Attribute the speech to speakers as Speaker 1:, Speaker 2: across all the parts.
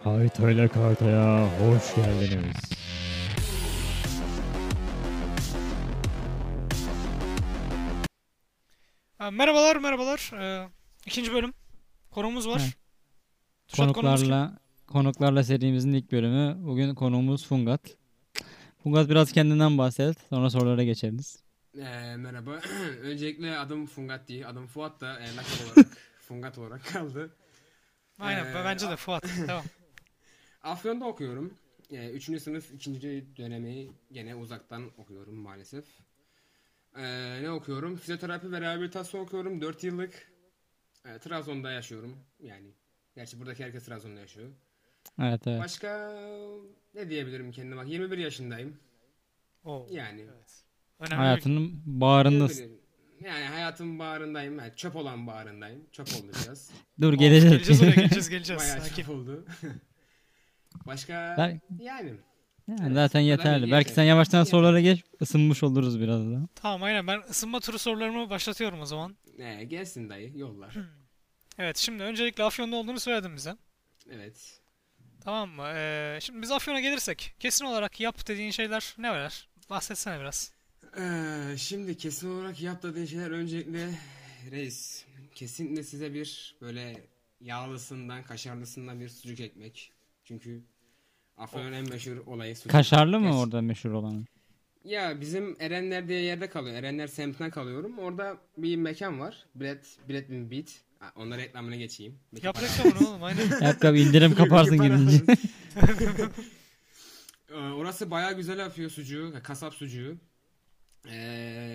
Speaker 1: Haritayla Kartaya hoş geldiniz.
Speaker 2: Ha, merhabalar merhabalar. Ee, ikinci bölüm. Konumuz var.
Speaker 3: Heh.
Speaker 2: Tuşat konumuz kim?
Speaker 3: Konuklarla konuklarla serimizin ilk bölümü. Bugün konuğumuz Fungat. Fungat biraz kendinden bahset. Sonra sorulara geçeriz.
Speaker 4: Ee, merhaba. Öncelikle adım Fungat değil. Adım Fuat da e, lakap olarak Fungat olarak kaldı.
Speaker 2: Aynen
Speaker 4: Ee,
Speaker 2: bence de Fuat. Tamam.
Speaker 4: Afyon'da okuyorum. E, üçüncü sınıf ikinci dönemi gene uzaktan okuyorum maalesef. Ee, ne okuyorum? Fizyoterapi ve rehabilitasyon okuyorum. 4 yıllık. Ee, Trabzon'da yaşıyorum. Yani gerçi buradaki herkes Trabzon'da yaşıyor.
Speaker 3: Evet evet.
Speaker 4: Başka ne diyebilirim kendime? Bak 21 yaşındayım.
Speaker 2: Oo.
Speaker 4: Yani
Speaker 2: Önemli bir-
Speaker 3: Hayatının bağrındasın.
Speaker 4: diyebilirim. Yani hayatın bağrındayım. Yani çöp olan bağrındayım. Çöp olacağız.
Speaker 3: Dur
Speaker 2: Oo,
Speaker 3: geleceğiz.
Speaker 2: Geleceğiz oraya geleceğiz geleceğiz.
Speaker 4: Bayağı
Speaker 2: Sakin.
Speaker 4: çok oldu. Başka
Speaker 3: Ben-
Speaker 4: yani
Speaker 3: Yani zaten yeterli.
Speaker 4: iyi
Speaker 3: Belki sen
Speaker 4: yeter.
Speaker 3: yavaştan
Speaker 4: İyi
Speaker 3: sorulara geç. ısınmış oluruz biraz da.
Speaker 2: Tamam aynen ben ısınma turu sorularımı başlatıyorum o zaman.
Speaker 4: ee, gelsin dayı yollar.
Speaker 2: Evet şimdi öncelikle Afyon'da olduğunu söyledim bize.
Speaker 4: evet.
Speaker 2: Tamam mı? Ee, şimdi biz Afyon'a gelirsek kesin olarak yap dediğin şeyler ne var? Bahsetsene biraz.
Speaker 4: Ee, şimdi kesin olarak yap dediğin şeyler öncelikle reis kesinlikle size bir böyle yağlısından kaşarlısından bir sucuk ekmek. Çünkü Afyon'un en meşhur olayı sucuk.
Speaker 3: Kaşarlı mı
Speaker 4: Yes.
Speaker 3: orada meşhur olan?
Speaker 4: Ya bizim Erenler diye yerde kalıyor. Erenler semtinden kalıyorum. Orada bir mekan var. Bilet, bilet mi beat. Ha, Onlara reklamına geçeyim. Peki,
Speaker 2: Yap
Speaker 4: para-
Speaker 2: reklamını oğlum aynen.
Speaker 3: Yap yap indirim kaparsın
Speaker 4: Para-
Speaker 3: girince.
Speaker 4: Ee, Orası bayağı güzel yapıyor sucuğu. e, Kasap sucuğu. Ee,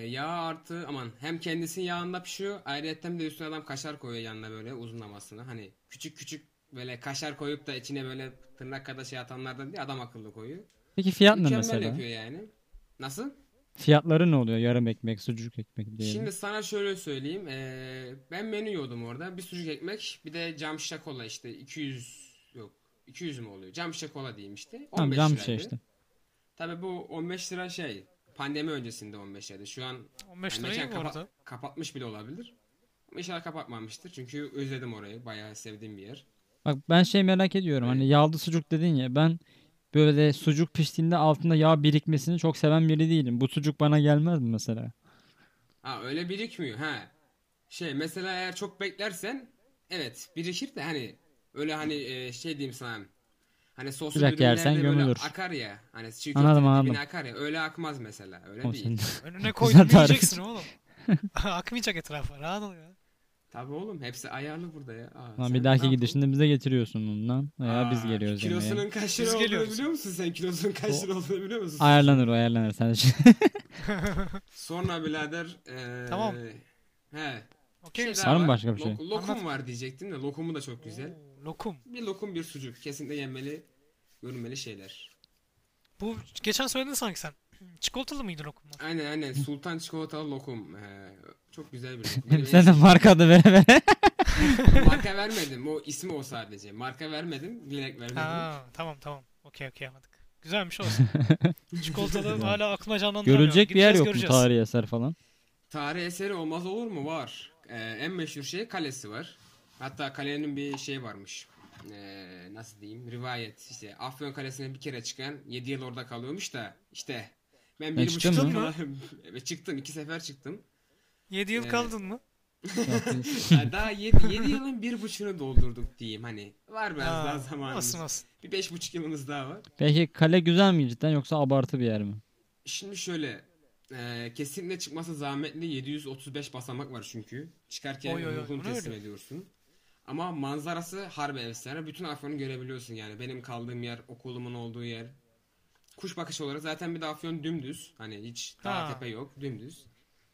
Speaker 4: yağ artı aman hem kendisi yağında pişiyor. Ayrıca de üstüne adam kaşar koyuyor yanına böyle uzunlamasına. Hani küçük küçük böyle kaşar koyup da içine böyle tırnak kadar şey atanlardan değil adam akıllı koyuyor.
Speaker 3: Peki fiyat ne
Speaker 4: Mükemmel
Speaker 3: mesela?
Speaker 4: yapıyor yani. Nasıl?
Speaker 3: Fiyatları ne oluyor? Yarım ekmek, sucuk ekmek diyelim.
Speaker 4: Şimdi sana şöyle söyleyeyim. Ee, ben menü yiyordum orada. Bir sucuk ekmek, bir de cam şişe kola işte 200 yok 200 mü oluyor? Cam şişe kola diyeyim işte.
Speaker 3: Tamam
Speaker 4: 15
Speaker 3: cam
Speaker 4: liraydı.
Speaker 3: şey işte.
Speaker 4: Tabii bu 15 lira şey pandemi öncesinde 15 liraydı. Şu an
Speaker 2: 15
Speaker 4: yani
Speaker 2: lira iyi
Speaker 4: mekan
Speaker 2: bu
Speaker 4: kapa-
Speaker 2: arada.
Speaker 4: kapatmış bile olabilir. Ama inşallah kapatmamıştır. Çünkü özledim orayı. Bayağı sevdiğim bir yer.
Speaker 3: Bak ben şey merak ediyorum. Hani yağlı sucuk dedin ya. Ben böyle sucuk piştiğinde altında yağ birikmesini çok seven biri değilim. Bu sucuk bana gelmez mi mesela?
Speaker 4: Ha öyle birikmiyor ha. Şey mesela eğer çok beklersen evet birikir de hani öyle hani e, şey diyeyim sana. Hani soslu
Speaker 3: Sıcak yersen
Speaker 4: ürünlerde böyle
Speaker 3: gömülür.
Speaker 4: akar ya. Hani çiğ
Speaker 3: Anladım,
Speaker 4: köftenin
Speaker 3: anladım.
Speaker 4: dibine akar ya. Öyle akmaz mesela. Öyle
Speaker 3: Oğlum
Speaker 4: değil.
Speaker 3: sen-
Speaker 2: Önüne koydun
Speaker 3: tarif.
Speaker 2: yiyeceksin oğlum. Akmayacak etrafa. Rahat ol ya.
Speaker 4: Tabii oğlum hepsi ayarlı burada ya. Aa,
Speaker 3: Lan
Speaker 4: sen
Speaker 3: bir
Speaker 4: ne
Speaker 3: dahaki
Speaker 4: yaptın?
Speaker 3: gidişinde bize getiriyorsun bundan. Veya biz
Speaker 4: Aa,
Speaker 3: geliyoruz yemeğe.
Speaker 4: Kilosunun kaç lira
Speaker 2: Biz
Speaker 4: olduğunu
Speaker 2: geliyoruz.
Speaker 4: biliyor musun sen? Kilosunun kaç lira olduğunu biliyor musun?
Speaker 3: Ayarlanır o ayarlanır. Sen
Speaker 4: Sonra birader e,
Speaker 2: Tamam.
Speaker 4: He.
Speaker 2: Okey misin?
Speaker 4: daha
Speaker 3: Var mı başka bir şey?
Speaker 4: Lok- lokum
Speaker 2: Anlat.
Speaker 4: var diyecektim de lokumu da çok güzel.
Speaker 2: Oo, Lokum.
Speaker 4: Bir lokum bir sucuk. Kesinlikle yenmeli, görünmeli şeyler.
Speaker 2: Bu geçen söyledin sanki sen. Çikolatalı mıydı lokumlar?
Speaker 4: Aynen aynen. Sultan çikolatalı lokum. Ee, çok güzel bir lokum.
Speaker 3: Hem
Speaker 4: Benim
Speaker 3: sen de marka adı vere vere.
Speaker 4: en- marka vermedim. O ismi o sadece. Marka vermedim. Bilerek vermedim.
Speaker 2: Ha, tamam tamam. Okey okey anladık. Güzelmiş olsun. Çikolatalı hala aklıma canlandıramıyorum.
Speaker 3: Görecek bir yer
Speaker 2: Gideceğiz,
Speaker 3: yok mu
Speaker 2: göreceğiz.
Speaker 3: tarihi eser falan?
Speaker 4: Tarih eseri olmaz olur mu? Var. Ee, en meşhur şey kalesi var. Hatta kalenin bir şeyi varmış. Ee, nasıl diyeyim? Rivayet. İşte Afyon Kalesi'ne bir kere çıkan 7 yıl orada kalıyormuş da işte ben bir buçuk
Speaker 3: çıktın
Speaker 4: yıl
Speaker 2: mı?
Speaker 4: kalayım. Evet, çıktım. iki sefer çıktım.
Speaker 2: 7 yıl
Speaker 4: Ee,
Speaker 2: kaldın mı?
Speaker 4: Ya Daha 7, yılın bir buçuğunu doldurduk diyeyim hani. Var biraz
Speaker 2: Ha,
Speaker 4: daha zamanımız.
Speaker 2: Olsun olsun.
Speaker 4: Bir beş buçuk yılımız daha var.
Speaker 3: Peki kale güzel mi cidden yoksa abartı bir yer mi?
Speaker 4: Şimdi şöyle e, kesinlikle çıkması zahmetli 735 basamak var çünkü. Çıkarken
Speaker 2: Oy, oy, oy,
Speaker 4: ruhunu
Speaker 2: bu ne
Speaker 4: teslim
Speaker 2: öyle?
Speaker 4: ediyorsun. Ama manzarası harbi efsane. Bütün Afyon'u görebiliyorsun yani. Benim kaldığım yer, okulumun olduğu yer. Kuş bakışı olarak zaten bir de Afyon dümdüz. Hani hiç dağ
Speaker 2: Ha.
Speaker 4: tepe yok, dümdüz.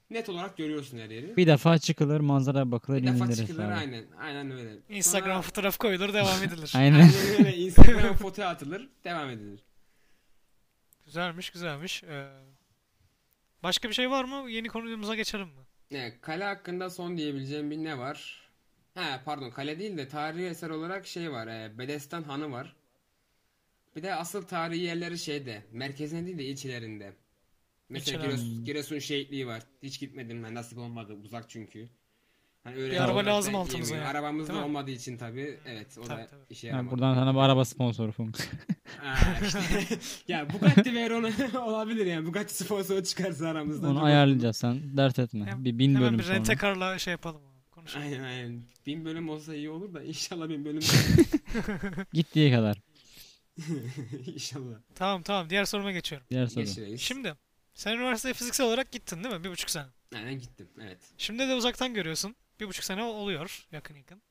Speaker 4: Net olarak görüyorsun her yeri.
Speaker 3: Bir defa çıkılır manzara bakılır
Speaker 4: Bir defa
Speaker 3: inilir
Speaker 4: çıkılır
Speaker 3: falan.
Speaker 4: aynen. Aynen öyle.
Speaker 2: Instagram
Speaker 4: Sonra-
Speaker 2: fotoğraf koyulur devam edilir.
Speaker 3: Aynen.
Speaker 4: Aynen öyle. Instagram foto atılır, devam edilir.
Speaker 2: güzelmiş güzelmiş. Ee, başka bir şey var mı? Yeni konumuza geçelim mi?
Speaker 4: Ne, kale hakkında son diyebileceğim bir ne var? He pardon kale değil de tarihi eser olarak şey var. E, Bedestan Hanı var. Bir de asıl tarihi yerleri şeyde. Merkezinde değil de ilçelerinde. Mesela
Speaker 2: İlçeler.
Speaker 4: Giresun, Giresun şehitliği var. Hiç gitmedim ben nasip olmadı uzak çünkü. Hani öyle
Speaker 2: Bir araba
Speaker 4: olarak
Speaker 2: lazım
Speaker 4: denk
Speaker 2: altımıza
Speaker 4: gelmiyor.
Speaker 2: yani.
Speaker 4: Arabamız
Speaker 2: Değil
Speaker 4: da
Speaker 2: mi?
Speaker 4: olmadığı için tabii. Evet o
Speaker 2: Tabii,
Speaker 4: da
Speaker 2: tabii.
Speaker 4: işe
Speaker 3: Yani
Speaker 4: yaramadı.
Speaker 3: buradan sana bir araba sponsoru Funks.
Speaker 4: Ha, işte. ya Bugatti Veyron'u olabilir yani. Bugatti sponsoru çıkarsa aramızda.
Speaker 3: Onu
Speaker 4: Çok-
Speaker 3: ayarlayacağız sen. Dert etme.
Speaker 2: Hem-
Speaker 3: Bir bin
Speaker 2: Hemen
Speaker 3: bölüm
Speaker 2: bir
Speaker 3: sonra.
Speaker 2: rentekarla şey yapalım. Konuşalım.
Speaker 4: Aynen aynen. Bin bölüm olsa iyi olur da inşallah bin bölüm
Speaker 3: Gittiği kadar.
Speaker 4: inşallah.
Speaker 2: Tamam tamam diğer soruma geçiyorum.
Speaker 3: Diğer soru.
Speaker 4: Geç reis.
Speaker 2: Şimdi sen üniversiteye fiziksel olarak gittin değil mi? Bir buçuk sene.
Speaker 4: Aynen gittim evet.
Speaker 2: Şimdi de uzaktan görüyorsun. Bir buçuk sene oluyor yakın yakın.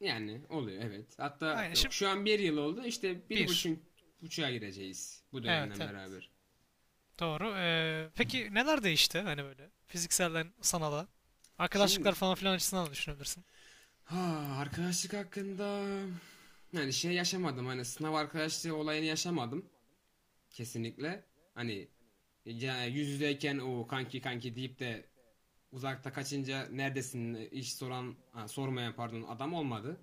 Speaker 4: Yani oluyor evet. Hatta
Speaker 2: Aynen,
Speaker 4: yok,
Speaker 2: şimdi-
Speaker 4: şu an bir yıl oldu işte bir,
Speaker 2: Bir.
Speaker 4: buçuk buçuğa gireceğiz bu
Speaker 2: Evet,
Speaker 4: dönemden
Speaker 2: evet.
Speaker 4: beraber.
Speaker 2: Doğru. Ee, peki neler değişti hani böyle fizikselden sanala? Arkadaşlıklar
Speaker 4: Şimdi-
Speaker 2: falan filan açısından da düşünebilirsin.
Speaker 4: Ha, arkadaşlık hakkında yani şey yaşamadım hani sınav arkadaşlığı olayını yaşamadım. Kesinlikle. Hani ya yüz yüzeyken o kanki kanki deyip de uzakta kaçınca neredesin iş soran ha, sormayan pardon adam olmadı.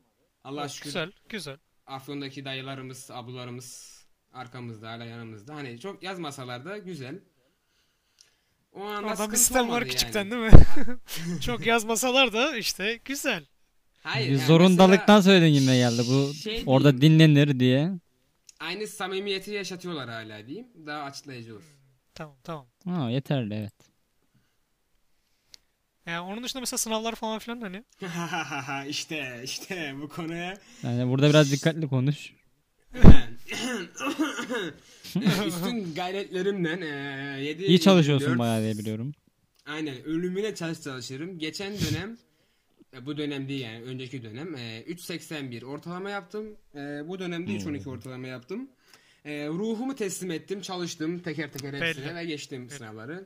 Speaker 4: Allah'a
Speaker 2: Oh,
Speaker 4: şükür
Speaker 2: güzel, güzel.
Speaker 4: Afyon'daki dayılarımız, ablalarımız arkamızda, hala yanımızda. Hani çok yazmasalar da güzel. O anda
Speaker 2: Oradan
Speaker 4: sıkıntı
Speaker 2: bir sistem var
Speaker 4: olmadı
Speaker 2: küçükten
Speaker 4: yani.
Speaker 2: değil mi? Çok yazmasalar da işte güzel.
Speaker 4: Hayır,
Speaker 3: Bir
Speaker 4: yani
Speaker 3: zorundalıktan
Speaker 4: mesela
Speaker 3: söylediğin gibi geldi bu.
Speaker 4: Şey
Speaker 3: Orada dinlenir diye.
Speaker 4: aynı samimiyeti yaşatıyorlar hala diyeyim. Daha açıklayıcı olur.
Speaker 2: Tamam, tamam.
Speaker 3: Ha yeterli evet.
Speaker 2: Yani onun dışında mesela sınavlar falan filan hani.
Speaker 4: işte işte bu konuya
Speaker 3: Yani burada biraz dikkatli konuş.
Speaker 4: üstün gayretlerimle eee, yedi
Speaker 3: İyi çalışıyorsun
Speaker 4: dört-
Speaker 3: bayağı diye biliyorum.
Speaker 4: Aynen ölümüne çalış çalışırım. Geçen dönem e, bu dönem değil yani önceki dönem e, 3.81 ortalama yaptım. E, Bu dönemde
Speaker 2: Hmm.
Speaker 4: 3.12 ortalama yaptım. E, Ruhumu teslim ettim, çalıştım teker teker hepsine
Speaker 2: Belli.
Speaker 4: ve geçtim sınavları.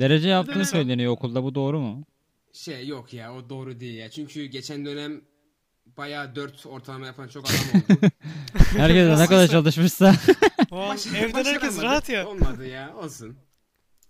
Speaker 3: Derece yaptığın
Speaker 2: dönem-
Speaker 3: söyleniyor okulda bu doğru mu?
Speaker 4: Şey yok ya o doğru değil ya. Çünkü geçen dönem bayağı 4 ortalama yapan çok adam oldu.
Speaker 3: Herkes ne kadar çalışmışsa.
Speaker 2: Vay,
Speaker 4: Baş-
Speaker 2: evden herkes
Speaker 4: başaramadık.
Speaker 2: rahat ya.
Speaker 4: Olmadı ya olsun.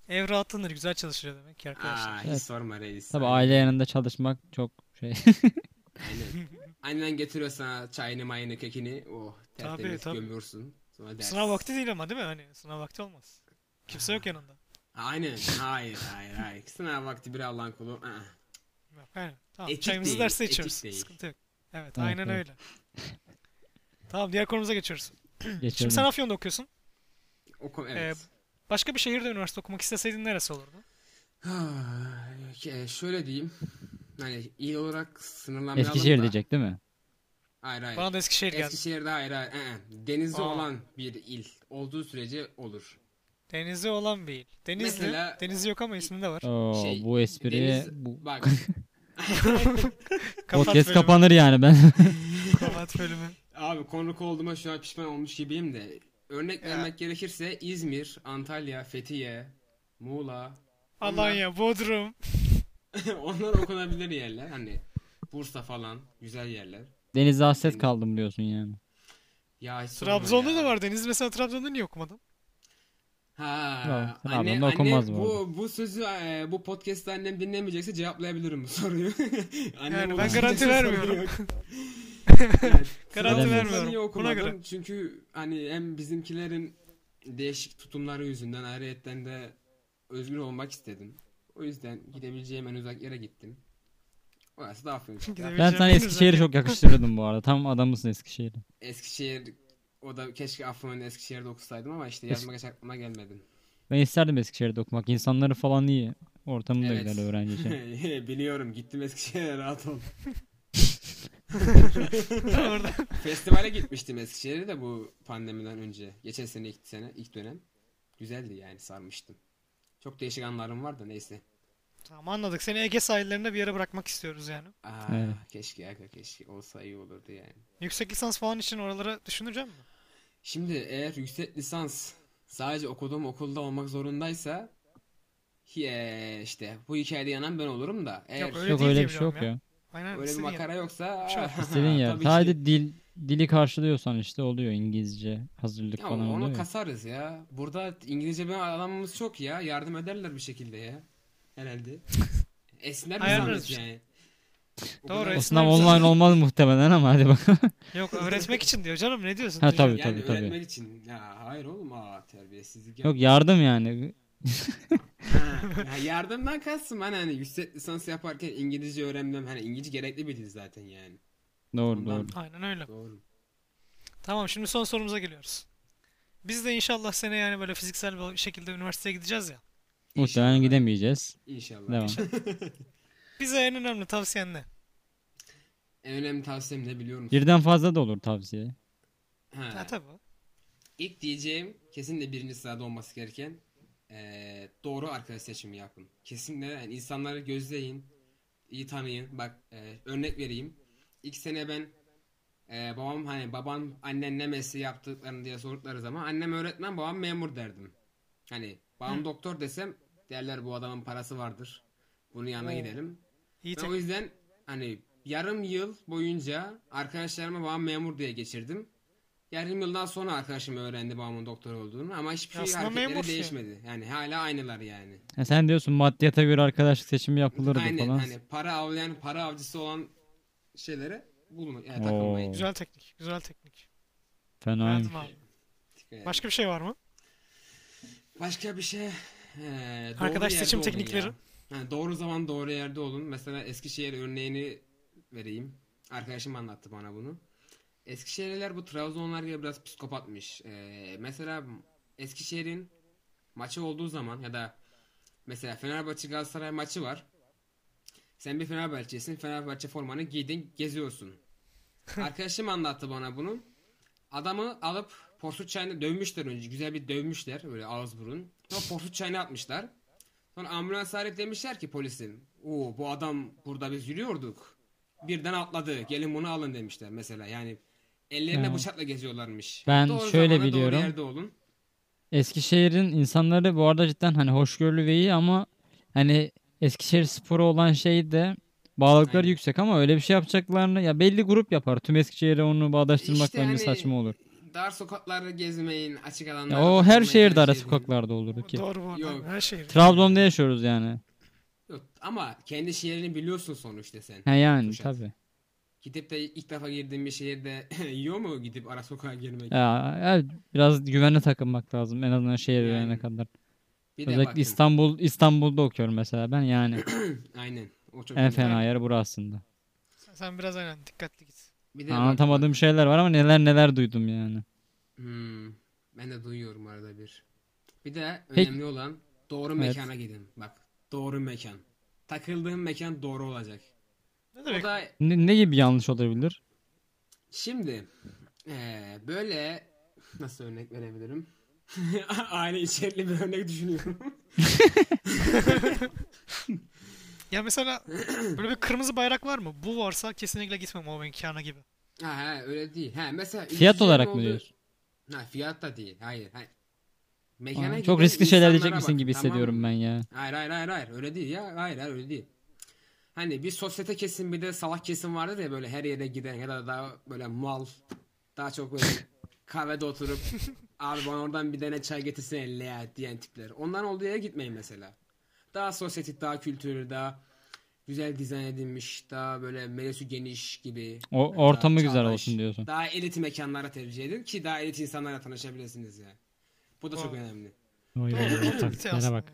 Speaker 2: Ev rahatlanır, güzel çalışıyor demek ki arkadaşlar.
Speaker 4: Aa, hiç
Speaker 3: Evet.
Speaker 4: sorma reis.
Speaker 3: Tabii aile yanında çalışmak çok şey.
Speaker 4: Aynen. Annen getiriyor sana çayını mayını kekini. Oh
Speaker 2: Tabii,
Speaker 4: tertemiz
Speaker 2: tabii.
Speaker 4: gömüyorsun. Sonra ders.
Speaker 2: Sınav vakti değil ama değil mi? Hani sınav vakti olmaz. Kimse yok yanında.
Speaker 4: Aynen. Hayır hayır hayır. Sınav vakti bir Allah'ın kulu. Aa.
Speaker 2: Yok, Aynen. Tamam.
Speaker 4: Etik
Speaker 2: Çayımızı
Speaker 4: değil,
Speaker 2: derste
Speaker 4: etik
Speaker 2: içiyoruz.
Speaker 4: değil.
Speaker 2: Sıkıntı yok. Evet,
Speaker 3: Evet,
Speaker 2: aynen
Speaker 3: evet.
Speaker 2: öyle. Tamam, diğer konumuza geçiyoruz. Şimdi
Speaker 3: Geçiyorum.
Speaker 2: sen Afyon'da okuyorsun.
Speaker 4: Oku, evet.
Speaker 2: Başka bir şehirde üniversite okumak isteseydin neresi olurdu?
Speaker 4: Ah, ke- şöyle diyeyim. Yani il olarak sınırlanmayalım
Speaker 3: Eskişehir
Speaker 4: da.
Speaker 3: diyecek değil mi?
Speaker 4: Hayır hayır.
Speaker 2: Bana da Eskişehir geldi.
Speaker 4: Eskişehir'de hayır hayır. Ee, denizli
Speaker 2: Aa.
Speaker 4: olan bir il olduğu sürece olur.
Speaker 2: Denizli olan bir il. Denizli.
Speaker 4: Mesela-
Speaker 2: Denizli yok ama isminde var.
Speaker 3: Oo,
Speaker 4: Şey,
Speaker 3: bu espriye
Speaker 4: deniz-
Speaker 3: bu
Speaker 4: Bak
Speaker 2: Kapat
Speaker 3: podcast
Speaker 2: bölümü.
Speaker 3: kapanır yani ben.
Speaker 2: Kapat bölümü.
Speaker 4: abi konuk olduğuma şu an pişman olmuş gibiyim de. Örnek
Speaker 2: Ya.
Speaker 4: vermek gerekirse İzmir, Antalya, Fethiye, Muğla.
Speaker 2: Alanya, Bodrum.
Speaker 4: Onlar okunabilir yerler. Hani Bursa falan güzel yerler.
Speaker 3: Denize hasret
Speaker 4: Deniz-
Speaker 3: kaldım diyorsun yani.
Speaker 4: Ya hiç sorma
Speaker 2: Trabzon'da
Speaker 4: ya.
Speaker 2: da var. Deniz mesela Trabzon'da niye okumadın?
Speaker 4: Ha,
Speaker 3: Ya,
Speaker 4: anne,
Speaker 3: Trabzon'da
Speaker 4: anne
Speaker 3: okunmaz bu
Speaker 4: bu, bu sözü e, bu podcast'ta annem dinlemeyecekse cevaplayabilirim bu soruyu. Annem
Speaker 2: Yani ben
Speaker 4: ulaşınca
Speaker 2: garanti
Speaker 4: sorun
Speaker 2: vermiyorum.
Speaker 4: yok. Yani
Speaker 2: Garanti
Speaker 4: Trabzon'da
Speaker 2: vermiyorum.
Speaker 4: niye
Speaker 2: Buna
Speaker 4: okumadım?
Speaker 2: göre.
Speaker 4: Çünkü hani hem bizimkilerin değişik tutumları yüzünden ayrıyetten de özgür olmak istedim. O yüzden gidebileceğim en uzak yere gittim. Orası da Afyon.
Speaker 3: Ben sana Eskişehir'i çok yakıştırırdım bu arada. Tam adamısın Eskişehir'e.
Speaker 4: Eskişehir o da keşke Afyon'un Eskişehir'de okusaydım ama işte yazmak hiç aklıma gelmedi.
Speaker 3: Ben isterdim Eskişehir'de okumak. İnsanları falan iyi. Ortamı da
Speaker 4: Evet.
Speaker 3: güzel öğrenci için.
Speaker 4: Biliyorum gittim Eskişehir'e rahat ol.
Speaker 2: Orada.
Speaker 4: Festivale gitmiştim Eskişehir'e de bu pandemiden önce. Geçen sene ilk sene ilk dönem. Güzeldi yani sarmıştım. Çok değişik anlarım var da neyse.
Speaker 2: Tamam anladık. Seni Ege sahillerinde bir yere bırakmak istiyoruz yani.
Speaker 4: Aa,
Speaker 3: Evet.
Speaker 4: keşke aga keşke olsa iyi olurdu yani.
Speaker 2: Yüksek lisans falan için oralara düşünecek misin?
Speaker 4: Şimdi eğer yüksek lisans sadece okuduğum okulda olmak zorundaysa ye- işte bu hikayede yanan ben olurum da eğer
Speaker 2: Yok öyle
Speaker 3: Yok
Speaker 2: değil
Speaker 3: öyle
Speaker 2: diye
Speaker 3: bir şey yok
Speaker 2: biliyorum
Speaker 3: ya.
Speaker 2: ya. Aynen
Speaker 4: öyle bir
Speaker 2: istediğin yer.
Speaker 4: makara yoksa
Speaker 2: Şu an
Speaker 3: İstediğin yer.
Speaker 4: tabii ki-
Speaker 3: Sadece dil dili karşılıyorsan işte oluyor İngilizce, hazırlık
Speaker 4: Ya
Speaker 3: falan
Speaker 4: onu
Speaker 3: oluyor. ya.
Speaker 4: kasarız ya. Burada İngilizce bilen adamımız çok ya. Yardım ederler bir şekilde ya. Herhalde. Esner mi
Speaker 2: Ayarlarız
Speaker 4: zannediyorsun
Speaker 2: işte.
Speaker 4: yani? O
Speaker 2: Doğru,
Speaker 4: kadar-
Speaker 3: O
Speaker 2: esner
Speaker 3: sınav
Speaker 2: misin?
Speaker 3: online olmaz muhtemelen ama hadi bakalım.
Speaker 2: Yok öğretmek için diyor canım ne diyorsun?
Speaker 3: Ha,
Speaker 2: Düşün.
Speaker 3: tabii,
Speaker 4: Yani
Speaker 3: tabii.
Speaker 4: öğretmek için. Ya hayır oğlum aa terbiyesizlik
Speaker 3: Yok
Speaker 4: yapma.
Speaker 3: yardım yani.
Speaker 4: Ha, ya yardımdan kastım hani, hani yüksek lisans yaparken İngilizce öğrenmem hani İngilizce gerekli bir dil zaten yani.
Speaker 3: Doğru
Speaker 4: Ondan-
Speaker 3: doğru.
Speaker 2: Aynen öyle.
Speaker 4: Doğru.
Speaker 2: Tamam şimdi son sorumuza geliyoruz. Biz de inşallah sene yani böyle fiziksel bir şekilde üniversiteye gideceğiz ya.
Speaker 3: Muhtemelen gidemeyeceğiz.
Speaker 4: İnşallah.
Speaker 3: Devam.
Speaker 2: Bize en önemli tavsiyen ne?
Speaker 4: En önemli tavsiyem ne biliyor musun?
Speaker 3: Birden fazla da olur tavsiye.
Speaker 4: Ha.
Speaker 2: Ha tabii.
Speaker 4: İlk diyeceğim kesinlikle birinci sırada olması gereken eee, doğru arkadaş seçimi yapın. Kesinlikle yani insanları gözleyin, iyi tanıyın. Bak eee, örnek vereyim. İlk sene ben eee, babam hani babam annen ne mesleği yaptıklarını diye sordukları zaman annem öğretmen babam memur derdim. Hani babam
Speaker 2: Hı.
Speaker 4: doktor desem derler bu adamın parası vardır. Bunun yanına
Speaker 2: Oo.
Speaker 4: gidelim.
Speaker 2: İyi
Speaker 4: Ben o
Speaker 2: tek-
Speaker 4: yüzden hani yarım yıl boyunca arkadaşlarıma babam memur diye geçirdim. Yarım yıldan sonra arkadaşım öğrendi babamın doktor olduğunu ama hiçbir şey
Speaker 2: Aslında
Speaker 4: hareketleri
Speaker 2: memursun.
Speaker 4: değişmedi. Yani hala aynılar yani.
Speaker 3: Ha, sen diyorsun maddiyata göre arkadaşlık seçimi yapılırdı
Speaker 4: Aynen
Speaker 3: falan.
Speaker 4: hani para avlayan, para avcısı olan şeylere bulma, yani
Speaker 3: Oo.
Speaker 4: takılmayın.
Speaker 2: Güzel teknik. Güzel teknik.
Speaker 3: Fenaymış.
Speaker 2: Beğendim abi.
Speaker 4: Dikkat edin.
Speaker 2: Başka bir şey var mı?
Speaker 4: Başka bir şey. Ee, doğru
Speaker 2: Arkadaş
Speaker 4: yerde
Speaker 2: seçim
Speaker 4: olun ya.
Speaker 2: teknikleri.
Speaker 4: Yani doğru zaman doğru yerde olun. Mesela Eskişehir örneğini vereyim. Arkadaşım anlattı bana bunu. Eskişehirliler bu Trabzonlar gibi biraz psikopatmış. Ee, mesela Eskişehir'in maçı olduğu zaman ya da mesela Fenerbahçe Galatasaray maçı var. Sen bir Fenerbahçe'sin. Fenerbahçe formanı giydin, geziyorsun. Arkadaşım anlattı bana bunu. Adamı alıp porsut çayına dövmüşler önce. Güzel bir dövmüşler böyle ağız burun. Sonra porsut çayına atmışlar. Sonra ambulans arayıp demişler ki polisin. Oo bu adam burada biz yürüyorduk. Birden atladı. Gelin bunu alın demişler mesela. Yani ellerine
Speaker 3: Ya.
Speaker 4: bıçakla geziyorlarmış.
Speaker 3: Ben
Speaker 4: Doğru
Speaker 3: şöyle
Speaker 4: zamana
Speaker 3: biliyorum.
Speaker 4: Doğru yerde olun.
Speaker 3: Eskişehir'in insanları bu arada cidden hani hoşgörülü ve iyi ama hani Eskişehir sporu olan şey de bağlılıkları
Speaker 4: Aynen.
Speaker 3: yüksek ama öyle bir şey yapacaklarını ya belli grup yapar. Tüm Eskişehir'e onu bağdaştırmak
Speaker 4: İşte
Speaker 3: bence
Speaker 4: hani
Speaker 3: saçma olur.
Speaker 4: Dar sokaklarda gezmeyin, açık alanlarda
Speaker 3: Ya o her
Speaker 4: gezmeyin,
Speaker 3: şehirde ara
Speaker 4: şey değil.
Speaker 3: sokaklarda olurdu ki.
Speaker 2: Doğru bu arada.
Speaker 4: Yok.
Speaker 2: Her şey.
Speaker 3: Trabzon'da yaşıyoruz yani.
Speaker 4: Yok, ama kendi şehrini biliyorsun sonuçta sen.
Speaker 3: Ha yani
Speaker 4: Kuşat.
Speaker 3: tabii.
Speaker 4: Gidip de ilk defa girdiğin bir şehirde yiyor mu gidip ara sokağa girmek?
Speaker 3: Ya, ya biraz güvene takılmak lazım en azından şehir
Speaker 4: Yani.
Speaker 3: öğrenene kadar.
Speaker 4: Bir de
Speaker 3: Özellikle
Speaker 4: baktım.
Speaker 3: İstanbul İstanbul'da okuyorum mesela ben yani
Speaker 4: Aynen. O
Speaker 3: en
Speaker 4: çok önemli.
Speaker 3: fena yer burası aslında.
Speaker 2: Sen biraz aynen dikkatli git.
Speaker 4: Bir de
Speaker 3: Anlatamadığım şeyler var ama neler neler duydum yani.
Speaker 4: baktım. Hmm, ben de duyuyorum arada bir. Bir de
Speaker 3: Peki.
Speaker 4: önemli olan doğru
Speaker 3: Evet.
Speaker 4: mekana gidin. Bak doğru mekan. Takıldığın mekan doğru olacak.
Speaker 2: Ne
Speaker 4: O
Speaker 2: demek?
Speaker 4: da
Speaker 3: Ne, ne gibi yanlış olabilir?
Speaker 4: Şimdi eee, böyle nasıl örnek verebilirim? Aile içerikli bir örnek düşünüyorum.
Speaker 2: Ya mesela böyle bir kırmızı bayrak var mı? Bu varsa kesinlikle gitmem o mekana gibi.
Speaker 4: ha, ha öyle değil. Ha mesela
Speaker 3: Fiyat
Speaker 4: ülkücülerin
Speaker 3: olarak mı
Speaker 4: olduğu-
Speaker 3: diyorsun?
Speaker 4: Ha fiyat da değil. Hayır. hayır. Mekana
Speaker 3: Aa,
Speaker 4: giden
Speaker 3: çok riskli şeyler diyecek
Speaker 4: E insanlara
Speaker 3: misin
Speaker 4: bak,
Speaker 3: gibi
Speaker 4: tamam mı?
Speaker 3: hissediyorum ben ya.
Speaker 4: Hayır hayır hayır hayır öyle değil ya. Hayır hayır öyle değil. Hani bir sosyete kesim bir de salak kesim vardır ya böyle her yere giden ya da daha böyle mal daha çok böyle kahvede oturup abi bana oradan bir tane çay getirsene elle ya diyen tipler. Ondan olduğu yere gitmeyin mesela. Daha sosyetik, daha kültürlü, daha güzel dizayn edilmiş, daha böyle menüsü geniş gibi.
Speaker 3: O
Speaker 4: Daha
Speaker 3: ortamı güzel
Speaker 4: Ee, çağdaş,
Speaker 3: olsun diyorsun.
Speaker 4: Daha elit mekanlara tercih edin ki daha elit insanlarla tanışabilirsiniz ya. Bu da çok
Speaker 2: Doğru.
Speaker 4: önemli.
Speaker 1: Oy oy
Speaker 2: Doğru,
Speaker 1: oy
Speaker 2: doğru.
Speaker 1: taktiklere bak.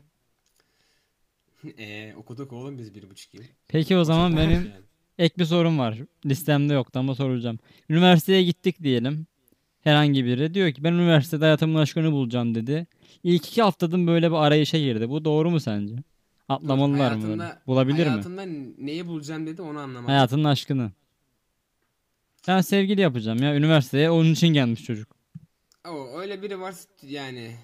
Speaker 4: Eee Ee, okuduk oğlum biz bir buçuk yıl.
Speaker 3: Peki o zaman benim
Speaker 4: Yani.
Speaker 3: ek bir sorum var. Listemde yoktu ama soracağım. Üniversiteye gittik diyelim. Herhangi biri diyor ki ben üniversitede hayatımın aşkını bulacağım dedi. İlk iki haftadan böyle bir arayışa girdi. Bu doğru mu sence? Atlamalılar mı? böyle?
Speaker 4: Hayatında-
Speaker 3: Bulabilir mi?
Speaker 4: hayatında neyi bulacağım dedi onu anlamadım.
Speaker 3: Hayatının aşkını. Ben sevgili yapacağım ya. Üniversiteye onun için gelmiş çocuk.
Speaker 4: O öyle biri var yani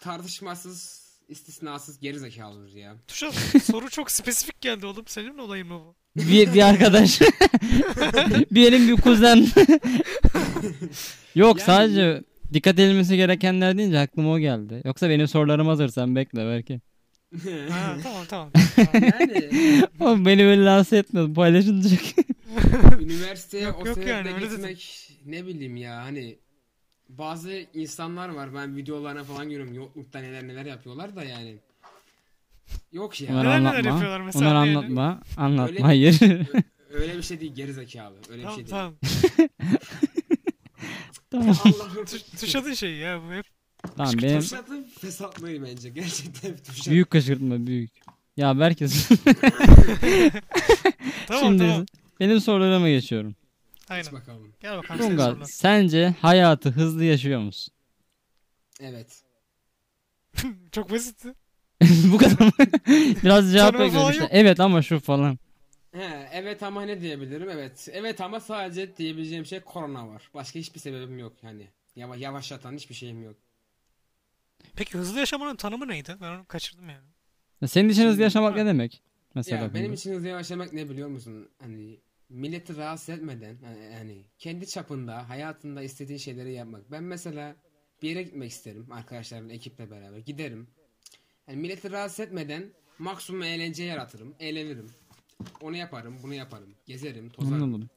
Speaker 4: tartışmasız istisnasız geri zekalıdır ya.
Speaker 2: Tuşat soru çok spesifik geldi oğlum. Senin olayın mı bu?
Speaker 3: Bir, bir arkadaş. bir elin bir kuzen. Yok
Speaker 4: Yani-
Speaker 3: sadece dikkat edilmesi gerekenler deyince aklıma o geldi. Yoksa benim sorularım hazır sen bekle belki.
Speaker 2: Ha tamam tamam.
Speaker 4: Yani
Speaker 3: Oğlum beni böyle lanse etme paylaşılacak.
Speaker 4: üniversiteye
Speaker 2: Yok,
Speaker 4: o
Speaker 2: yok
Speaker 4: sebeple
Speaker 2: yani, öyle
Speaker 4: gitmek ne bileyim ya hani bazı insanlar var ben videolarına falan görüyorum yoklukta neler neler yapıyorlar da yani. Yok ya.
Speaker 3: Onları
Speaker 2: Neler neler
Speaker 3: anlatma.
Speaker 2: yapıyorlar mesela,
Speaker 3: Onları
Speaker 2: yani?
Speaker 3: anlatma.
Speaker 4: Öyle-
Speaker 3: Anlatma hayır.
Speaker 4: Öyle bir şey değil geri zekalı. Öyle bir
Speaker 2: tamam
Speaker 4: şey değil.
Speaker 2: tamam.
Speaker 3: tamam.
Speaker 4: Allah'ım.
Speaker 2: Tu- Tuşat'ın şeyi ya bu hep.
Speaker 3: tamam benim
Speaker 4: Fırsatın fesatlayı bence. Gerçekten bir
Speaker 2: şey.
Speaker 4: tuşak.
Speaker 3: Büyük kaçırtma büyük. Ya belki
Speaker 2: Tamam
Speaker 3: şimdi
Speaker 2: tamam.
Speaker 3: benim sorularıma geçiyorum.
Speaker 4: Geç
Speaker 2: Aynen.
Speaker 4: bakalım.
Speaker 2: Gel bakalım senin
Speaker 3: Tunga
Speaker 2: sorular.
Speaker 3: sence hayatı hızlı yaşıyor musun?
Speaker 4: Evet.
Speaker 2: Çok basitti.
Speaker 3: Bu kadar mı? Biraz cevap
Speaker 2: Tanıma
Speaker 3: bekliyorum
Speaker 2: falan
Speaker 3: işte.
Speaker 2: yok.
Speaker 3: Evet ama şu falan.
Speaker 4: He, evet ama ne diyebilirim? Evet. Evet ama sadece diyebileceğim şey korona var. Başka hiçbir sebebim yok yani. Yavaş yavaşlatan hiçbir şeyim yok.
Speaker 2: Peki hızlı yaşamanın tanımı neydi? Ben onu kaçırdım yani.
Speaker 3: Ya Senin için hızlı
Speaker 4: Şimdi-
Speaker 3: yaşamak ne demek? Mesela
Speaker 4: Ya benim
Speaker 3: Tunga.
Speaker 4: için hızlı yavaşlamak ne biliyor musun? Hani milleti rahatsız etmeden hani- yani kendi çapında hayatında istediğin şeyleri yapmak. Ben mesela bir yere gitmek isterim arkadaşlarımla ekiple beraber giderim. Yani milleti rahatsız etmeden maksimum eğlence yaratırım, eğlenirim. Onu yaparım, bunu yaparım. Gezerim, tozarım.
Speaker 3: Anladım.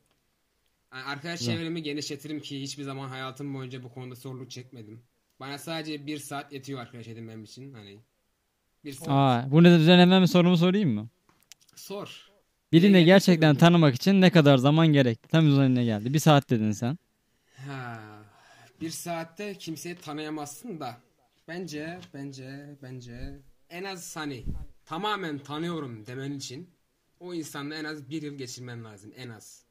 Speaker 4: Yani arkadaş
Speaker 3: Güzel.
Speaker 4: çevremi genişletirim ki hiçbir zaman hayatım boyunca bu konuda zorluk çekmedim. Bana sadece bir saat yetiyor arkadaş edinmem için. Hani bir saat.
Speaker 3: Aa, bu ne üzerine hemen bir sorumu sorayım mı?
Speaker 4: Sor.
Speaker 3: Birini
Speaker 4: Eğlenmek
Speaker 3: gerçekten
Speaker 4: demek.
Speaker 3: tanımak için ne kadar zaman gerekti? Tam üzerine geldi. Bir saat dedin sen.
Speaker 4: Ha, bir saatte kimseyi tanıyamazsın da. Bence, bence, bence en az hani tamamen tanıyorum demen için o insanla en az bir yıl geçirmen lazım en az.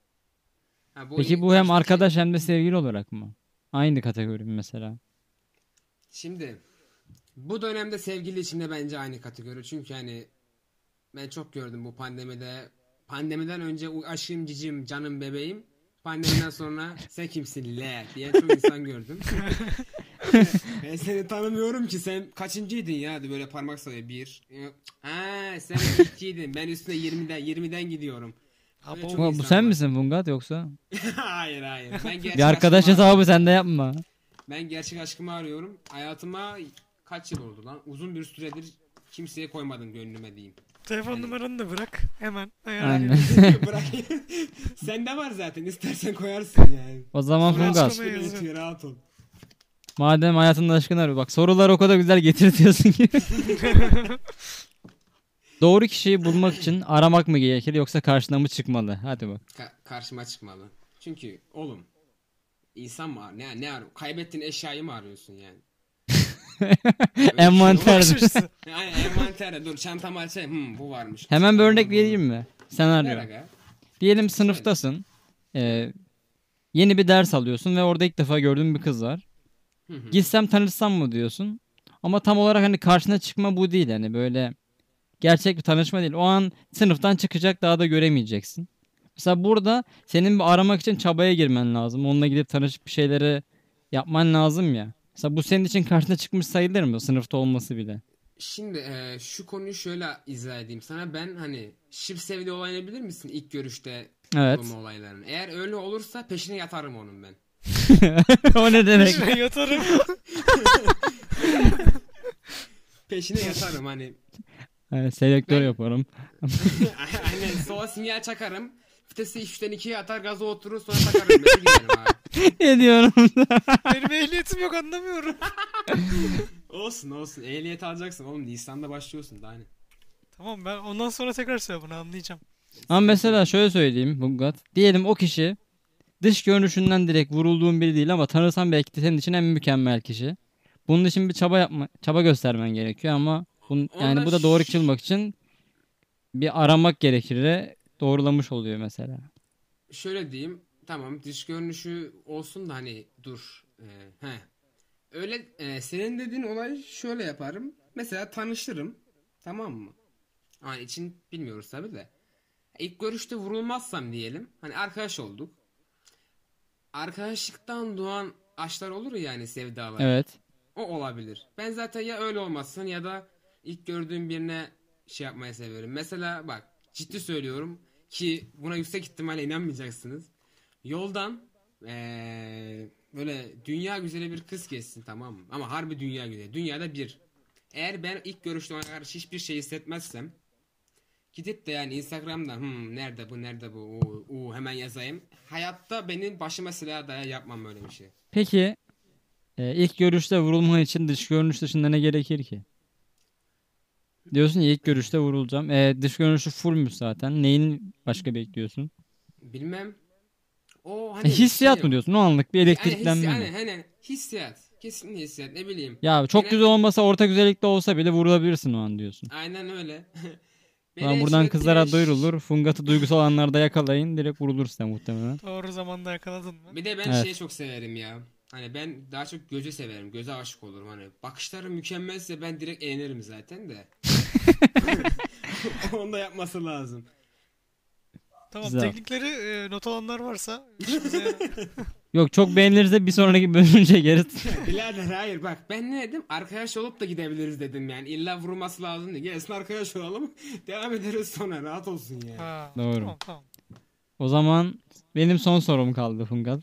Speaker 4: Ha,
Speaker 3: Peki bu hem arkadaş
Speaker 4: şey.
Speaker 3: hem de sevgili olarak mı? Aynı kategori mi mesela?
Speaker 4: Şimdi bu dönemde sevgili içinde bence aynı kategori. Çünkü hani ben çok gördüm bu pandemide. Pandemiden önce "Uy, aşkım cicim canım bebeğim. Pandemiden sonra sen kimsin le diye çok insan gördüm. ben seni tanımıyorum ki sen kaçıncıydın ya Hadi böyle parmak sayıyor bir. e, Ha sen ikiydin ben üstüne 20'den 20'den gidiyorum.
Speaker 2: Ha,
Speaker 4: Öyle
Speaker 2: bu-
Speaker 4: çok-
Speaker 3: Bu, bu
Speaker 4: insan
Speaker 3: sen
Speaker 4: var.
Speaker 3: misin Fungat yoksa?
Speaker 4: hayır hayır. Ben gerçek
Speaker 3: Bir arkadaş
Speaker 4: aşkımı-
Speaker 3: hesabı sen de yapma.
Speaker 4: Ben gerçek aşkımı arıyorum. Hayatıma kaç yıl oldu lan? Uzun bir süredir kimseye koymadım gönlüme diyeyim.
Speaker 2: Telefon numaranı da bırak. Hemen. Ayar
Speaker 3: Aynen.
Speaker 2: ayarlayayım.
Speaker 4: Bırak. Sende var zaten. İstersen koyarsın yani.
Speaker 3: O zaman
Speaker 2: Sonra
Speaker 3: Fungat.
Speaker 2: açıklama-
Speaker 4: Aşkını yetiyor, Rahat ol.
Speaker 3: Madem hayatında aşkın arıyor. Bak sorular o kadar güzel getirtiyorsun ki. Doğru kişiyi bulmak için aramak mı gerekir yoksa karşına mı çıkmalı? Hadi bak.
Speaker 4: Ka- karşıma çıkmalı. Çünkü oğlum insan mı ar- ne ne ar- kaybettiğin eşyayı mı arıyorsun yani? şey
Speaker 3: Envanter.
Speaker 2: Bakış açısı.
Speaker 4: Aynen envanterde dur çantamı açayım. Hmm, bu varmış.
Speaker 3: Hemen bir örnek vereyim mi?
Speaker 4: Ver
Speaker 3: Senaryo.
Speaker 4: aga.
Speaker 3: Diyelim sınıftasın. Ee, yeni bir ders alıyorsun ve orada ilk defa gördüğün bir kız var.
Speaker 4: Hı hı.
Speaker 3: Gitsem tanışsam mı diyorsun. Ama tam olarak hani karşına çıkma bu değil. Hani böyle gerçek bir tanışma değil. O an sınıftan çıkacak daha da göremeyeceksin. Mesela burada senin bir aramak için çabaya girmen lazım. Onunla gidip tanışıp bir şeyleri yapman lazım ya. Mesela bu senin için karşına çıkmış sayılır mı sınıfta olması bile?
Speaker 4: Şimdi e, şu konuyu şöyle izah edeyim sana. Ben hani şif sevdi olayını bilir misin ilk görüşte
Speaker 3: Evet.
Speaker 4: olma olaylarını? Eğer öyle olursa peşine yatarım onun ben.
Speaker 3: o ne demek?
Speaker 2: Şuraya yatarım.
Speaker 4: Peşine yatarım hani.
Speaker 3: Evet, selektör yaparım.
Speaker 4: Aynen Hani sola sinyal çakarım. Vitesi 3'ten 2'ye atar gaza oturur sonra takarım. Ben giderim abi.
Speaker 3: ne diyorum?
Speaker 2: Benim ehliyetim yok anlamıyorum.
Speaker 4: Olsun olsun ehliyet alacaksın oğlum Nisan'da başlıyorsun daha ne.
Speaker 2: Tamam ben ondan sonra tekrar söyle bunu anlayacağım.
Speaker 3: Ama mesela şöyle söyleyeyim Bungat. Diyelim o kişi dış görünüşünden direkt vurulduğun biri değil ama tanırsan belki de senin için en mükemmel kişi. Bunun için bir çaba yapma, çaba göstermen gerekiyor ama bun, yani
Speaker 4: Ondan
Speaker 3: bu da doğru
Speaker 4: ş-
Speaker 3: kişi bulmak için bir aramak gerekir de doğrulamış oluyor mesela.
Speaker 4: Şöyle diyeyim tamam dış görünüşü olsun da hani dur. Ee, he. Öyle e, senin dediğin olay şöyle yaparım. Mesela tanışırım tamam mı? Hani için bilmiyoruz tabi de. İlk görüşte vurulmazsam diyelim. Hani arkadaş olduk. Arkadaşlıktan doğan aşklar olur ya yani sevdalar.
Speaker 3: Evet.
Speaker 4: O olabilir. Ben zaten ya öyle olmasın ya da ilk gördüğüm birine şey yapmayı severim. Mesela bak ciddi söylüyorum ki buna yüksek ihtimalle inanmayacaksınız. Yoldan eee, böyle dünya güzeli bir kız geçsin tamam mı? Ama harbi dünya güzeli. Dünyada bir. Eğer ben ilk görüşte ona karşı hiçbir şey hissetmezsem gidip de yani Instagram'da "Hmm, nerede bu nerede bu Oo, oo," hemen yazayım. Hayatta benim başıma silah daya yapmam öyle bir şey.
Speaker 3: Peki e, ilk görüşte vurulman için dış görünüş dışında ne gerekir ki? Diyorsun ya ilk görüşte vurulacağım. E, dış görünüşü fullmüş zaten. Neyin başka bekliyorsun?
Speaker 4: Bilmem. O hani
Speaker 3: E, hissiyat
Speaker 4: şey
Speaker 3: mı
Speaker 4: o.
Speaker 3: E, diyorsun? O anlık bir
Speaker 4: Aynen, şey Hani, hissi-
Speaker 3: elektriklenme mi?
Speaker 4: aynen, aynen. hissiyat. Kesin hissiyat ne bileyim.
Speaker 3: Ya çok
Speaker 4: Yine-
Speaker 3: güzel olmasa orta güzellikte olsa bile vurulabilirsin o an diyorsun.
Speaker 4: Aynen öyle.
Speaker 3: Ama
Speaker 4: Beni şey-
Speaker 3: buradan
Speaker 4: işte
Speaker 3: kızlara
Speaker 4: direkt-
Speaker 3: duyurulur. Fungat'ı duygusal anlarda yakalayın. Direkt vurulur size muhtemelen.
Speaker 2: Doğru zamanda yakaladın mı?
Speaker 4: Bir de ben
Speaker 3: Evet.
Speaker 4: şeyi çok severim ya. Hani ben daha çok göze severim. Göze aşık olurum hani. Bakışları mükemmelse ben direkt eğlenirim zaten de. Onu da yapması lazım.
Speaker 2: Tamam
Speaker 3: Güzel.
Speaker 2: teknikleri e, not alanlar varsa işimize yarar.
Speaker 3: Yok çok beğenilirse bir sonraki bölümü çekeriz.
Speaker 4: Birader hayır bak ben ne dedim? Arkadaş olup da gidebiliriz dedim yani. İlla vurulması lazım değil. Gelsin arkadaş olalım. Devam ederiz sonra rahat olsun yani.
Speaker 2: Ha,
Speaker 3: Doğru.
Speaker 2: Tamam tamam.
Speaker 3: O zaman benim son sorum kaldı Fungat.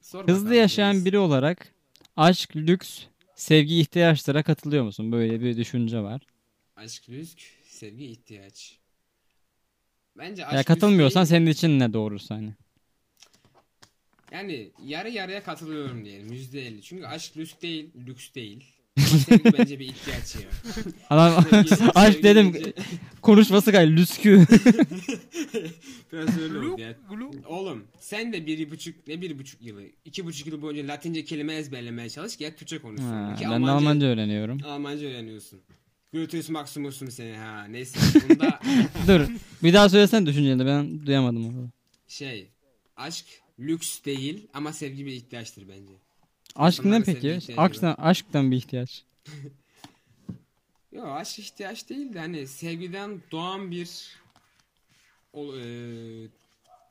Speaker 4: Sor
Speaker 3: Hızlı
Speaker 4: bakalım
Speaker 3: yaşayan
Speaker 4: Deniz.
Speaker 3: biri olarak aşk, lüks, sevgi ihtiyaçlara katılıyor musun? Böyle bir düşünce var.
Speaker 4: Aşk, rüzg, sevgi, ihtiyaç. Bence aşk,
Speaker 3: Ya
Speaker 4: rüzg
Speaker 3: katılmıyorsan
Speaker 4: değil-
Speaker 3: senin için ne doğrusu hani?
Speaker 4: Yani yarı yarıya katılıyorum diyelim. %50 Çünkü aşk lüks değil, lüks değil. Ama sevgi bence bir ihtiyaç ya.
Speaker 3: Adam
Speaker 4: Sevgi-
Speaker 3: aşk
Speaker 4: sevgi
Speaker 3: dedim
Speaker 4: deyince
Speaker 3: konuşması gay lüskü.
Speaker 4: Biraz öyle oldu ya.
Speaker 2: Glu, glu.
Speaker 4: Oğlum sen de bir buçuk ne bir buçuk yılı iki buçuk yıl boyunca Latince kelime ezberlemeye çalış ki ya Türkçe konuşsun.
Speaker 3: Ha,
Speaker 4: Ki
Speaker 3: ben de Almanca öğreniyorum.
Speaker 4: Almanca öğreniyorsun. Gluteus maximusum seni ha neyse. Bunda
Speaker 3: Dur bir daha söylesen düşünceni ben duyamadım onu.
Speaker 4: şey aşk lüks değil ama sevgi bir ihtiyaçtır bence.
Speaker 3: Aşk ne
Speaker 4: İnsanlara sevgi
Speaker 3: peki?
Speaker 4: ihtiyacı var.
Speaker 3: Aşktan, aşktan bir ihtiyaç.
Speaker 4: Yo aşk ihtiyaç değil de hani sevgiden doğan bir ol, eee,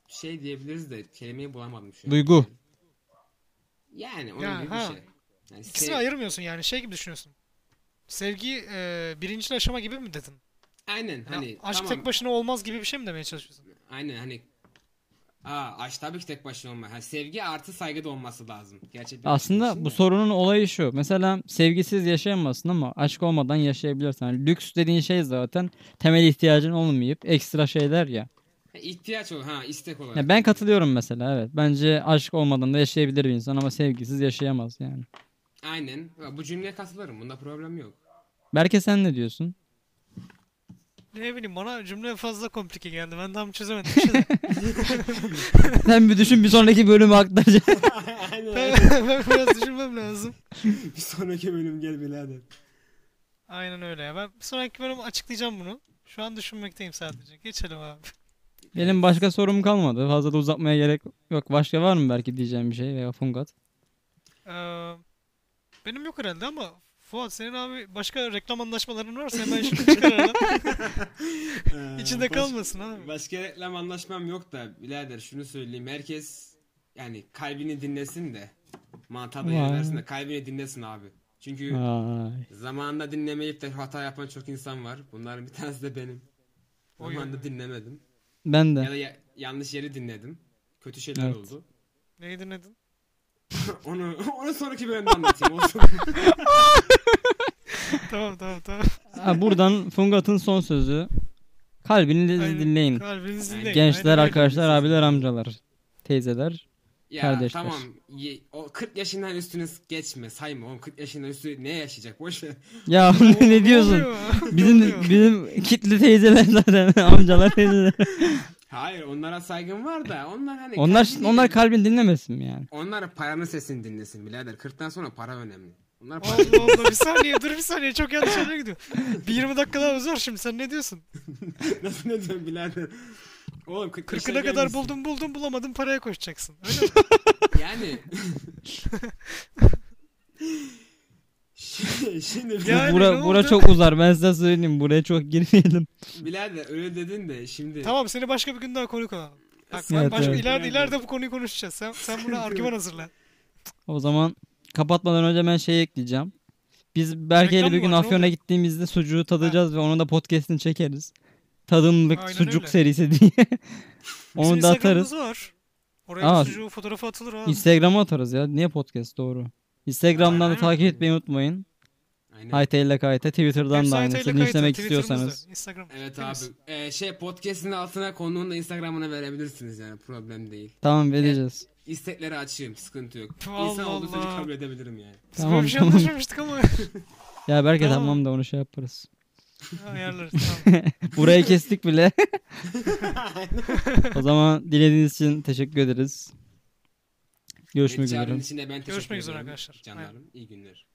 Speaker 4: şey diyebiliriz de kelimeyi bulamadım şu an.
Speaker 3: Duygu.
Speaker 4: Yani onun
Speaker 2: Ya,
Speaker 4: gibi
Speaker 2: ha.
Speaker 4: bir şey. Yani
Speaker 2: İkisini
Speaker 4: sev-
Speaker 2: ayırmıyorsun yani şey gibi düşünüyorsun. Sevgi e, birinci aşama gibi mi dedin?
Speaker 4: Aynen
Speaker 2: Ya,
Speaker 4: hani
Speaker 2: aşk
Speaker 4: tamam.
Speaker 2: tek başına olmaz gibi bir şey mi demeye çalışıyorsun?
Speaker 4: Aynen hani Aa, aşk tabii ki tek başına olmaz. Ha, sevgi artı saygı da olması lazım. şey Gerçekten.
Speaker 3: Aslında bu sorunun olayı şu. Mesela sevgisiz yaşayamazsın ama aşk olmadan yaşayabilirsin. Yani lüks dediğin şey zaten temel ihtiyacın olmayıp ekstra şeyler ya.
Speaker 4: Ha, ihtiyaç ol ha istek olarak.
Speaker 3: Ya ben katılıyorum mesela evet. Bence aşk olmadan da yaşayabilir bir insan ama sevgisiz yaşayamaz yani.
Speaker 4: Aynen. Ha, Bu cümleye katılırım. Bunda problem yok.
Speaker 3: Berke sen ne diyorsun?
Speaker 2: Ne bileyim bana cümle fazla komplike geldi. Ben tam çözemedim. Bir şey de-
Speaker 3: Sen bir düşün bir sonraki bölümü aktaracağım.
Speaker 4: Aynen.
Speaker 2: ben ben biraz düşünmem lazım.
Speaker 4: bir sonraki bölüm gel birader.
Speaker 2: Aynen öyle ya. Ben bir sonraki bölüm açıklayacağım bunu. Şu an düşünmekteyim sadece. Geçelim abi.
Speaker 3: Benim başka sorum kalmadı. Fazla da uzatmaya gerek yok. Başka var mı belki diyeceğim bir şey veya Fungat?
Speaker 2: Ee, benim yok herhalde ama Fuat senin abi başka reklam anlaşmaların varsa hemen şunu çıkaralım. İçinde kalmasın abi.
Speaker 4: Başka reklam anlaşmam yok da birader şunu söyleyeyim. Herkes yani kalbini dinlesin de. Mantığa da yer
Speaker 3: Vay.
Speaker 4: versin de kalbini dinlesin abi. Çünkü
Speaker 3: Ay.
Speaker 4: zamanında dinlemeyip de hata yapan çok insan var. Bunların bir tanesi de benim.
Speaker 2: Oy,
Speaker 4: Zamanında
Speaker 2: oy.
Speaker 4: dinlemedim.
Speaker 3: Ben de.
Speaker 4: Ya da ya- yanlış yeri dinledim. Kötü şeyler
Speaker 3: Evet.
Speaker 4: oldu.
Speaker 2: Neyi dinledin?
Speaker 4: Onu onu sonraki bölümde anlatayım olsun.
Speaker 2: tamam tamam tamam.
Speaker 3: Ha, buradan Fungat'ın son sözü. Kalbinizi
Speaker 2: Aynen.
Speaker 3: dinleyin.
Speaker 2: Kalbinizi
Speaker 4: Yani
Speaker 2: dinleyin.
Speaker 3: Gençler,
Speaker 2: Aynen öyle.
Speaker 3: arkadaşlar, abiler, amcalar, teyzeler.
Speaker 4: Ya
Speaker 3: Kardeşler.
Speaker 4: tamam. ye- o 40 yaşından üstüne geçme. Sayma. Oğlum 40 yaşından üstü ne yaşayacak? Boş ver.
Speaker 3: Ya ne diyorsun?
Speaker 2: oluyor?
Speaker 3: Bizim
Speaker 2: oluyor?
Speaker 3: bizim kitli teyzeler zaten amcalar teyzeler.
Speaker 4: Hayır onlara saygım var da onlar hani
Speaker 3: Onlar
Speaker 4: kalbini-
Speaker 3: onlar kalbin dinlemesin mi yani?
Speaker 4: onlar paranın sesini dinlesin birader. 40'tan sonra para önemli. Onlar para...
Speaker 2: Allah Allah bir saniye dur bir saniye çok yanlış yerlere gidiyor. Bir 20 dakika daha uzar şimdi sen ne diyorsun?
Speaker 4: Nasıl ne diyorsun birader? Oğlum 40 yaşına
Speaker 2: 40'ına kadar
Speaker 4: gelmişsin.
Speaker 2: buldum buldum bulamadın paraya koşacaksın.
Speaker 3: Şey-
Speaker 2: Öyle mi?
Speaker 4: Yani. Şimdi- Şimdi
Speaker 2: Ya-
Speaker 4: birader,
Speaker 2: Yani ne
Speaker 3: bura bura
Speaker 2: oldu?
Speaker 3: çok uzar. Ben size söyleyeyim. Buraya çok girmeyelim.
Speaker 4: birader öyle dedin de şimdi
Speaker 2: tamam seni başka bir gün daha konuk alalım. Bak
Speaker 3: Evet,
Speaker 2: ben başka
Speaker 3: evet.
Speaker 2: ileride ileride bu konuyu konuşacağız. Sen sen buna argüman hazırla.
Speaker 3: O zaman kapatmadan önce ben şey ekleyeceğim. Biz belki
Speaker 2: Reklam
Speaker 3: bir
Speaker 2: mı
Speaker 3: gün
Speaker 2: var? Ne
Speaker 3: Afyon'a
Speaker 2: oluyor?
Speaker 3: gittiğimizde sucuğu tadacağız ve onun da podcast'ini çekeriz. Tadımlık
Speaker 2: Aynen
Speaker 3: sucuk
Speaker 2: öyle.
Speaker 3: serisi diye.
Speaker 2: Bizim
Speaker 3: onu da atarız.
Speaker 2: Instagram'ımız var. Oraya
Speaker 3: Aa,
Speaker 2: da sucuğun fotoğrafı atılır ha.
Speaker 3: Instagram'a atarız ya. Niye podcast doğru? Instagram'dan da
Speaker 4: Aynen.
Speaker 3: takip etmeyi unutmayın.
Speaker 4: Aynen.
Speaker 3: Hayteyle kayte. Twitter'dan da
Speaker 2: Hepsi
Speaker 3: aynısı.
Speaker 2: ITL kayıtlı,
Speaker 3: Linçlemek
Speaker 2: Twitter'ımızda,
Speaker 3: istiyorsanız.
Speaker 2: Instagram.
Speaker 4: Evet abi.
Speaker 2: Temiz.
Speaker 4: Ee, şey podcast'in altına konuğun da Instagram'ına verebilirsiniz yani problem değil.
Speaker 3: Tamam vereceğiz.
Speaker 4: İstekleri açayım sıkıntı yok.
Speaker 2: Allah
Speaker 4: İnsan olduğu sürece
Speaker 2: Allah.
Speaker 4: kabul edebilirim yani.
Speaker 2: Biz
Speaker 3: Tamam,
Speaker 2: böyle bir şey
Speaker 3: tamam.
Speaker 2: anlaşmamıştık ama
Speaker 3: Ya belki
Speaker 2: Tamam.
Speaker 3: tamam da onu şey yaparız.
Speaker 2: ayarlarız tamam.
Speaker 3: Burayı kestik bile. o zaman dilediğiniz için teşekkür ederiz. Görüşmek üzere.
Speaker 4: Necarin içinde ben teşekkür
Speaker 2: Görüşmek üzere
Speaker 4: ediyorum
Speaker 2: arkadaşlar.
Speaker 4: Canlarım iyi günler.